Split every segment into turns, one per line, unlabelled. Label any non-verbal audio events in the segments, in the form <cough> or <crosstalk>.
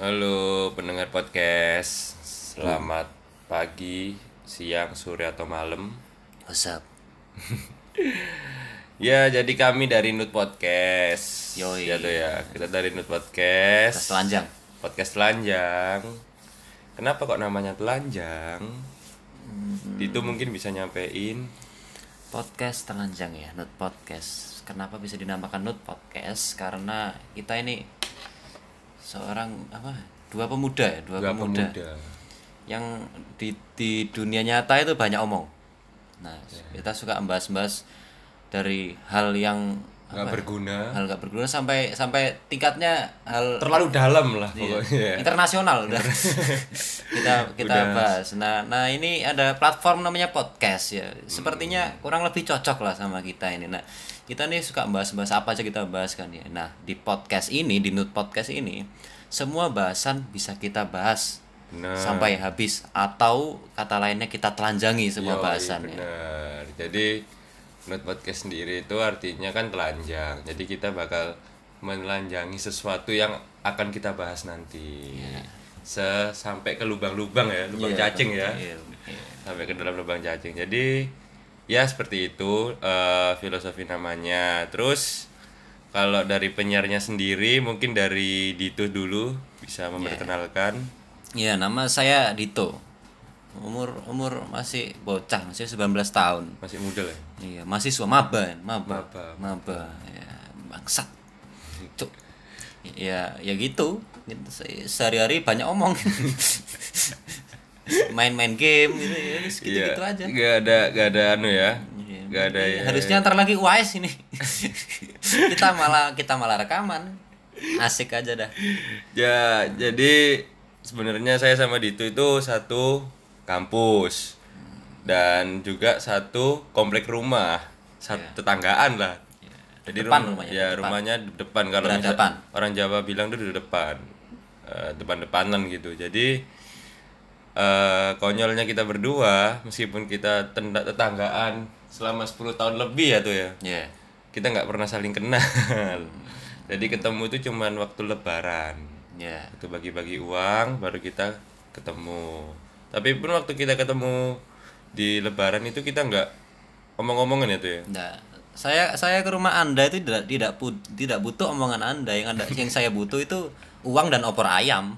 Halo pendengar podcast, selamat pagi, siang, sore atau malam.
What's up?
Ya, jadi kami dari Nut Podcast.
Yoi.
Ya tuh ya, kita dari Nut Podcast.
Podcast telanjang.
Podcast telanjang. Kenapa kok namanya telanjang?
Hmm.
Itu mungkin bisa nyampein
Podcast telanjang ya, Nut Podcast. Kenapa bisa dinamakan Nut Podcast? Karena kita ini seorang apa? Dua pemuda ya, dua,
dua
pemuda.
pemuda.
Yang di, di dunia nyata itu banyak omong. Nah, kita suka membahas-bahas dari hal yang
Nggak
apa ya?
berguna.
hal nggak berguna sampai sampai tingkatnya hal
Terlalu dalam lah
Iya.
pokoknya.
internasional udah
<laughs>
kita kita
Iya. Udah.
bahas nah nah ini ada platform namanya podcast ya
Hmm.
sepertinya kurang lebih cocok lah sama kita ini nah kita nih suka bahas-bahas apa aja kita bahas kan ya nah di podcast ini di Nut podcast ini semua bahasan bisa kita bahas
Bener.
sampai habis atau kata lainnya kita telanjangi semua
Yoi,
bahasan ya
bener. Jadi menurut podcast sendiri itu artinya kan telanjang. Jadi kita bakal menelanjangi sesuatu yang akan kita bahas nanti. Se- sampai ke lubang-lubang ya, lubang cacing ya.
Iya. Iya, iya.
Sampai ke dalam lubang cacing. Jadi ya seperti itu eh, filosofi namanya. Terus kalau dari penyiarnya sendiri mungkin dari Dito dulu
Iya.
bisa memperkenalkan.
Ya, nama saya Dito. Umur umur masih bocah, masih 19 tahun.
Masih muda lah. ya?
Iya, mahasiswa maba, kan? maba.
Maba. Gitu.
Maba. Ya, bangsat. Itu. Ya, ya gitu. Gitu, se- Sehari-hari banyak
<laughs>
omong. Main-main game gitu ya, terus
Iya,
gitu-gitu aja.
Gak ada gak ada anu ya.
Iya.
Gak ada
Iya,
ya.
Harusnya ntar lagi UAS
<laughs>
ini. kita malah kita malah rekaman. Asik aja dah.
Ya, jadi sebenarnya saya sama Dito itu satu kampus dan juga satu komplek rumah, satu tetanggaan lah. Jadi
Iya. Depan
rum-
rumahnya,
ya rumahnya di depan kalau misal-
Berhadapan.
orang Jawa bilang itu di depan, Eh, depan-depanan gitu. Jadi eh, konyolnya kita berdua meskipun kita tenda tetanggaan selama 10 tahun lebih ya tuh ya
Ya.
kita nggak pernah saling kenal <laughs> jadi ketemu itu cuman waktu lebaran
Ya.
waktu bagi-bagi uang baru kita ketemu tapi pun waktu kita ketemu di lebaran itu kita nggak omong-omongan ya tuh ya
Nggak. Saya saya ke rumah Anda itu tidak tidak pu- tidak butuh omongan Anda yang Anda yang saya butuh itu uang dan opor ayam. <laughs>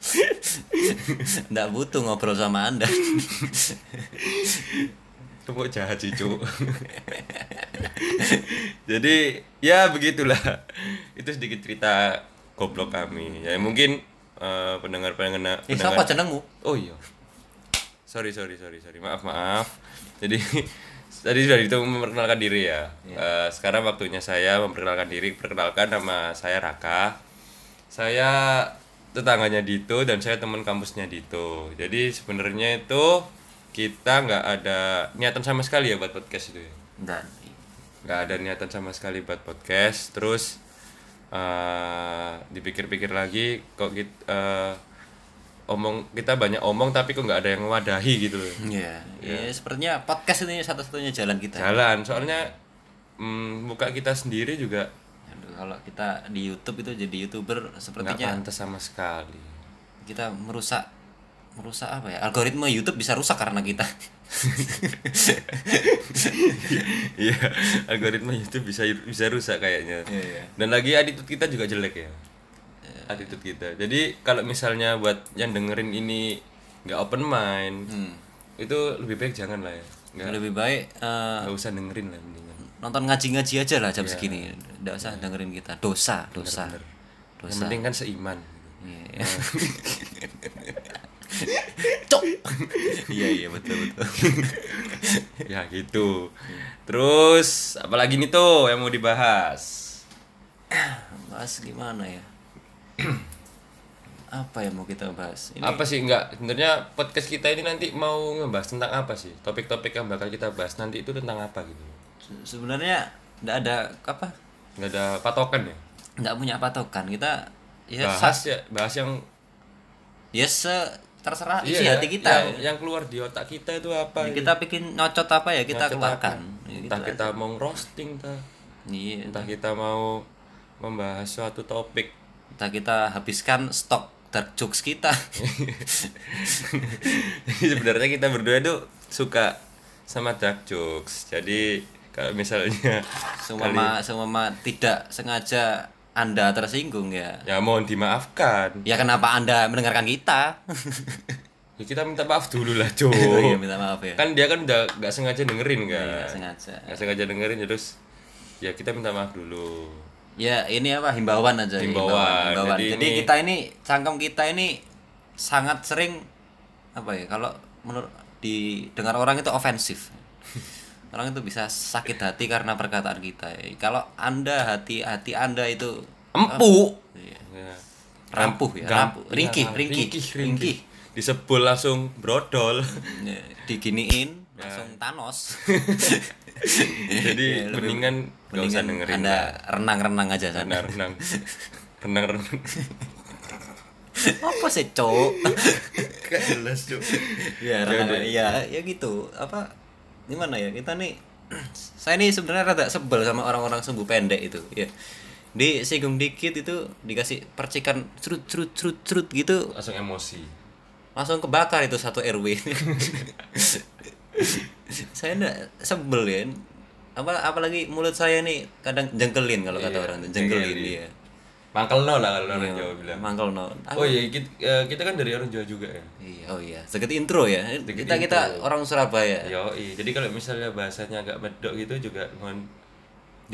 Tidak butuh ngobrol sama Anda.
itu kok jahat sih Cuk. <laughs> jadi ya begitulah itu sedikit cerita goblok kami ya mungkin eh, pendengar pendengar
Eh, siapa jenengmu?
Oh iya. Sorry sorry sorry sorry maaf maaf. Jadi <laughs> tadi sudah itu memperkenalkan diri ya. Eh, sekarang waktunya saya memperkenalkan diri. Perkenalkan nama saya Raka. Saya tetangganya Dito dan saya teman kampusnya Dito. Jadi sebenarnya itu kita nggak ada niatan sama sekali ya buat podcast itu ya
Dan
nggak ada niatan sama sekali buat podcast terus eh, dipikir-pikir lagi kok kita omong kita banyak omong tapi kok nggak ada yang ngewadahi gitu loh
ya, ya, sepertinya podcast ini satu-satunya jalan kita.
jalan soalnya mm, muka kita sendiri juga
Aduh, kalau kita di YouTube itu jadi YouTuber
nggak
sepertinya
pantas sama sekali <laughs>
kita merusak merusak apa ya? Algoritma YouTube bisa rusak karena kita.
iya algoritma YouTube bisa bisa rusak kayaknya
Iya, iya.
dan lagi attitude kita juga jelek ya attitude kita jadi kalau misalnya buat yang dengerin ini nggak open mind
Hmm.
itu lebih baik jangan lah ya nggak
Lebih baik eh,
nggak usah dengerin lah mendingan
nonton ngaji-ngaji aja lah jam segini nggak usah dengerin kita dosa dosa
yang penting kan seiman <laughs>
Iya. cok iya iya betul betul
<laughs> ya gitu terus apalagi nih tuh yang mau dibahas
bahas gimana ya apa yang mau kita bahas ini
apa sih enggak sebenarnya podcast kita ini nanti mau ngebahas tentang apa sih topik-topik yang bakal kita bahas nanti itu tentang apa gitu
se- sebenarnya nggak ada apa
nggak ada patokan ya
nggak punya patokan kita ya
bahas
sa-
ya bahas yang
ya se- terserah isi
ya,
hati kita kan
yang, yang keluar di otak kita itu apa gitu.
kita bikin nyocot apa ya kita
Kita
keluarkan
apa.
Ya, gitu
entah kita mau roasting
Iya,
entah kita mau membahas suatu topik <laughs>
entah kita habiskan stok dark jokes kita
Jadi sebenarnya kita berdua tuh suka sama dark jokes. Jadi kalau misalnya
semua semua tidak sengaja anda tersinggung ya
ya mohon dimaafkan.
ya kenapa anda mendengarkan
<laughs>
kita
Ya, kita minta maaf dulu lah, Jo.
<laughs> oh iya minta maaf ya
Kan dia kan udah nggak sengaja dengerin kan.
Iya, sengaja
Nggak sengaja dengerin terus ya kita minta maaf dulu.
ya ini apa himbauan aja
Himbauan.
Jadi,
Jadi ini-
kita ini cangkem kita ini sangat sering apa ya kalau menurut didengar orang itu
<laughs>
ofensif orang itu bisa sakit hati karena perkataan kita ya. kalau anda hati hati anda itu
Empuk.
iya,
Ya.
rampuh ya
Gam-
rampuh
iya,
ringkih
ram-
ringkih
ringkih,
ringkih
Disebul langsung brodol. <laughs>
Ya, diginiin
Ya.
langsung Thanos
Jadi mendingan nggak usah
Iya, mendingan
dengerin.
anda renang-renang aja sana
Benar, renang. Renang-renang.
<laughs> apa sih cowok
Gak jelas, Cuk. Iya,
ya renang ya ya gitu apa gimana ya kita nih saya nih sebenarnya rada sebel sama orang-orang sumbu pendek itu ya di singgung dikit itu dikasih percikan cerut cerut cerut cerut gitu
Langsung emosi.
langsung kebakar itu satu RW <laughs> saya ndak sebel ya apa apalagi mulut saya nih kadang jengkelin kalau kata
Iya,
orang tuh, jengkelin
jengkelin.
dia
Mangkelno lah kalau
Iya.
orang Jawa bilang.
mangkel no
Oh iya, kita, eh, kita kan dari orang Jawa juga ya.
Iya, oh iya sedikit intro ya kita kita orang Surabaya
Yo, jadi kalau misalnya bahasanya agak medok gitu juga mohon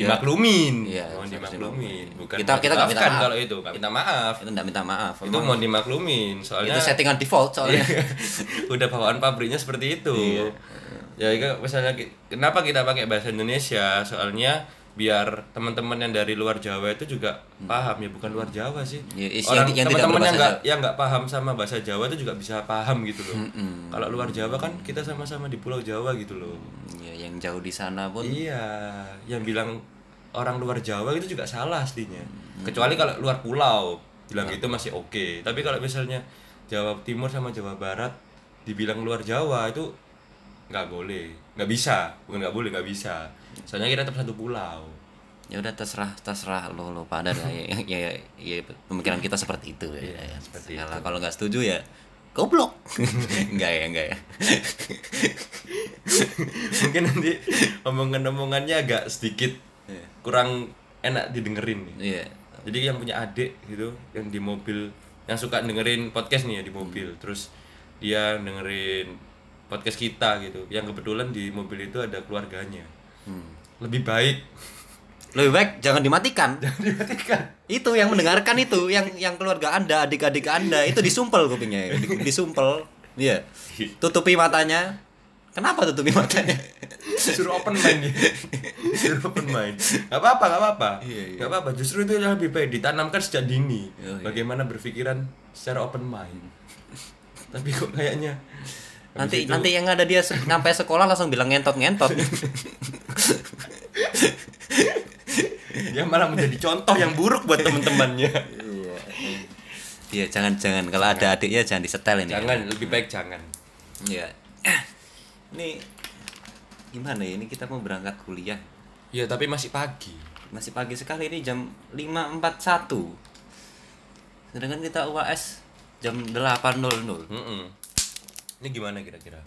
dimaklumin.
Ya. Iya,
mohon
harus
dimaklumin. Bukan
Kita- kita nggak minta
maafkan
maaf.
kalau itu, nggak minta maaf.
itu ndak minta maaf
Itu ya. Iya. mohon dimaklumin soalnya
itu settingan default soalnya
<laughs> udah bawaan pabriknya seperti itu.
Iya.
Ya itu misalnya ki- kenapa kita pakai bahasa Indonesia? Soalnya biar teman-teman yang dari luar Jawa itu juga paham ya bukan luar Jawa sih.
<laughs> Ya, is-
Orang
Hmm. yang- yang tidak
teman-teman yang
berbahasa
nggak yang nggak paham sama bahasa Jawa itu juga bisa paham gitu loh.
Hmm,
Kalau luar Jawa kan kita sama-sama di pulau Jawa gitu loh.
ya yang jauh di sana pun
Iya, yang bilang orang luar Jawa itu juga salah aslinya. Kecuali kalau luar pulau, bilang gitu masih oke. Tapi kalau misalnya Jawa Timur sama Jawa Barat dibilang luar Jawa itu nggak boleh, nggak bisa, bukan nggak boleh, nggak bisa. Soalnya kita tetap satu pulau. <laughs>
ya udah terserah terserah lo lo pada dah. ya, ya, ya, ya, pemikiran kita seperti itu ya,
Iya,
ya. Kalau- kalau nggak setuju ya goblok <laughs> nggak ya nggak
<laughs>
ya
Mungkin nanti omongan-omongannya agak sedikit kurang enak didengerin. nih.
iya
Jadi yang punya adik gitu yang di mobil yang suka dengerin podcast nih ya di mobil. Terus dia dengerin podcast kita gitu. Yang kebetulan di mobil itu ada keluarganya. Hmm. Lebih baik <laughs>
lebih baik jangan dimatikan itu yang mendengarkan itu yang yang keluarga anda adik-adik anda itu disumpel kupingnya di- disumpel iya tutupi matanya kenapa tutupi matanya
suruh open mind dia. <laughs> suruh open mind. Gak apa-apa, gak apa-apa. Gak apa-apa. Justru itu yang lebih baik ditanamkan sejak dini.
Iya, iya.
Bagaimana berpikiran secara open <laughs> mind. Tapi kok kayaknya
nanti nanti yang ada dia se- sampai sekolah langsung bilang ngentot ngentot
dia malah menjadi contoh yang buruk buat <laughs> teman-temannya.
iya jangan jangan kalau ada adiknya jangan disetel ini ya.
Jangan, lebih baik jangan.
Iya. Ini gimana ya? Ini kita mau berangkat kuliah.
Iya, tapi masih pagi.
Masih pagi sekali ini jam 5.41. Sedangkan kita UAS jam 8.00.
Mm-mm. Ini gimana kira-kira?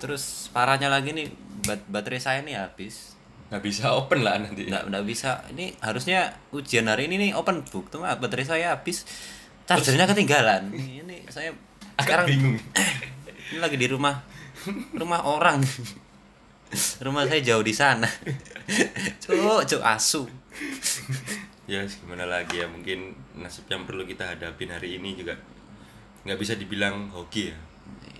Terus parahnya lagi nih bat- baterai saya nih habis.
Nggak bisa open lah nanti.
Nggak, nggak bisa. Ini harusnya ujian hari ini nih open book. Cuma baterai saya habis. Chargernya ketinggalan. Ini saya
Agak
sekarang
bingung.
ini lagi di rumah rumah orang rumah saya jauh di sana cuk cuk asu
<coughs> ya, gimana lagi ya? Mungkin nasib yang perlu kita hadapin hari ini juga nggak bisa dibilang hoki ya.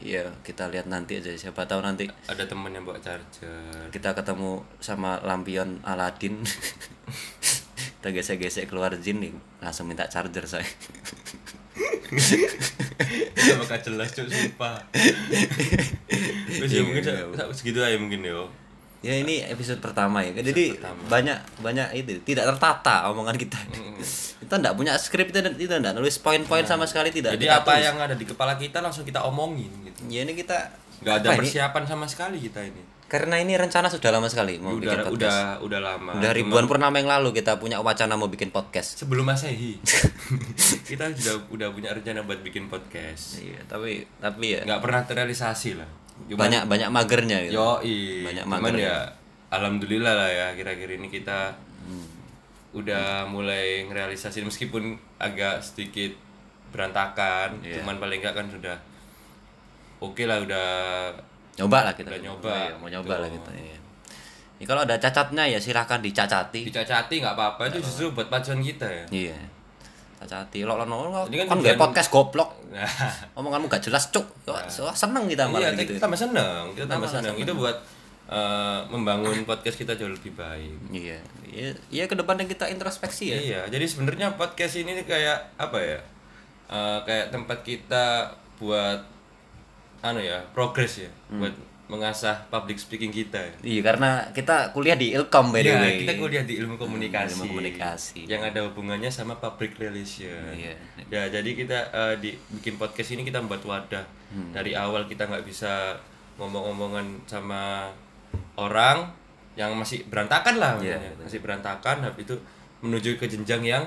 iya kita lihat nanti aja siapa tahu nanti
Ada teman yang bawa <laughs> charger.
kita ketemu sama lampion Aladin kita gesek-gesek keluar jin nih langsung minta charger saya
Kita bakal jelas cok <laughs> sumpah. Terus ya mungkin sa- sa- segitu aja mungkin ya.
ya ini episode pertama ya jadi banyak banyak itu tidak tertata omongan kita kita tidak punya skrip kita tidak tidak nulis poin-poin sama sekali
Nah,
tidak
Jadi
kita
apa
tulis.
yang ada di kepala kita langsung kita omongin gitu.
ya ini kita
Nggak ada
apa ini?
persiapan sama sekali kita ini.
Karena ini rencana sudah lama sekali mau bikin
udah udah
podcast.
udah lama
Udah ribuan purnama yang lalu kita punya wacana mau bikin podcast.
sebelum masehi <laughs> kita sudah udah punya rencana buat bikin podcast
Iya, tapi tapi ya
nggak pernah terrealisasi lah Cuman-
banyak banyak magernya gitu.
Yoi.
Banyak
Cuman
mager
ya alhamdulillah lah ya akhir-akhir ini kita udah mulai ngerealisasi meskipun agak sedikit berantakan, cuman paling enggak kan sudah oke lah udah
Nyoba lah kita.
Udah nyoba,
Iya, mau nyoba
gitu.
lah kita ya. Ya, kalau ada cacatnya ya silahkan dicacati.
dicacati nggak apa-apa itu justru buat pacuan kita ya.
Iya. Cacati lo lo lo
Ini kan
kan gak
tujuan-
podcast <laughs> goblok.
Nah,
Omonganmu gak jelas, cuk. Yo, so- Seneng kita
iya,
malah gitu.
kita tambah seneng, kita tambah
Tambah
seneng. Itu buat eh, membangun podcast kita jauh lebih baik.
Iya. Iya, iya ke depannya kita introspeksi ya.
Iya, jadi sebenarnya podcast ini nih kayak apa ya? Eh, kayak tempat kita buat anu ya, progress ya,
Hmm.
buat mengasah public speaking kita. ya.
Iya, karena kita kuliah di Ilkom by the
Iya,
way. Hmm,
kita kuliah di ilmu komunikasi.
ilmu komunikasi.
Yang ada hubungannya sama public relation.
Iya.
Ya, jadi kita eh, di bikin podcast ini kita membuat wadah. Dari awal kita nggak bisa ngomong-ngomongan sama orang yang masih berantakan lah,
Iya,
maksudnya. masih berantakan. Habis itu menuju ke jenjang yang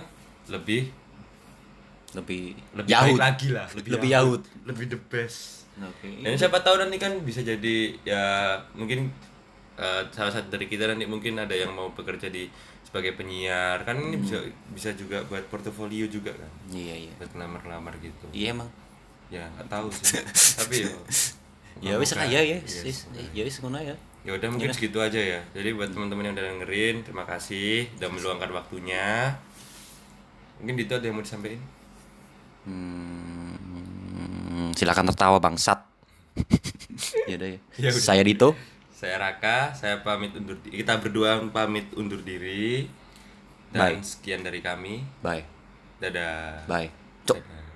lebih
Lebih
lebih
Yahud.
baik lagi lah
Lebih Yahud.
lebih the best
Oke.
dan siapa tahu nanti kan bisa jadi ya mungkin eh, salah satu dari kita nanti mungkin ada yang mau bekerja di sebagai penyiar kan ini bisa bisa juga buat portofolio juga kan
Iya, iya.
buat ngelamar-ngelamar gitu
Iya emang.
ya nggak tahu
<laughs>
sih tapi ya
Ya wis lah,
semoga.
ya ya.
Yes.
Wis, Ya wis ngono ya.
ya udah mungkin segitu aja ya jadi buat teman-teman yang udah dengerin terima kasih udah meluangkan waktunya mungkin itu ada yang mau disampaikan
Hmm, silakan tertawa bangsat. <laughs> ya udah ya.
Ya udah.
Saya Dito.
Saya Raka, saya pamit undur diri. Kita berdua pamit undur diri. Dan
Bye.
sekian dari kami.
Bye.
Dadah.
Bye. Cuk.
Dadah.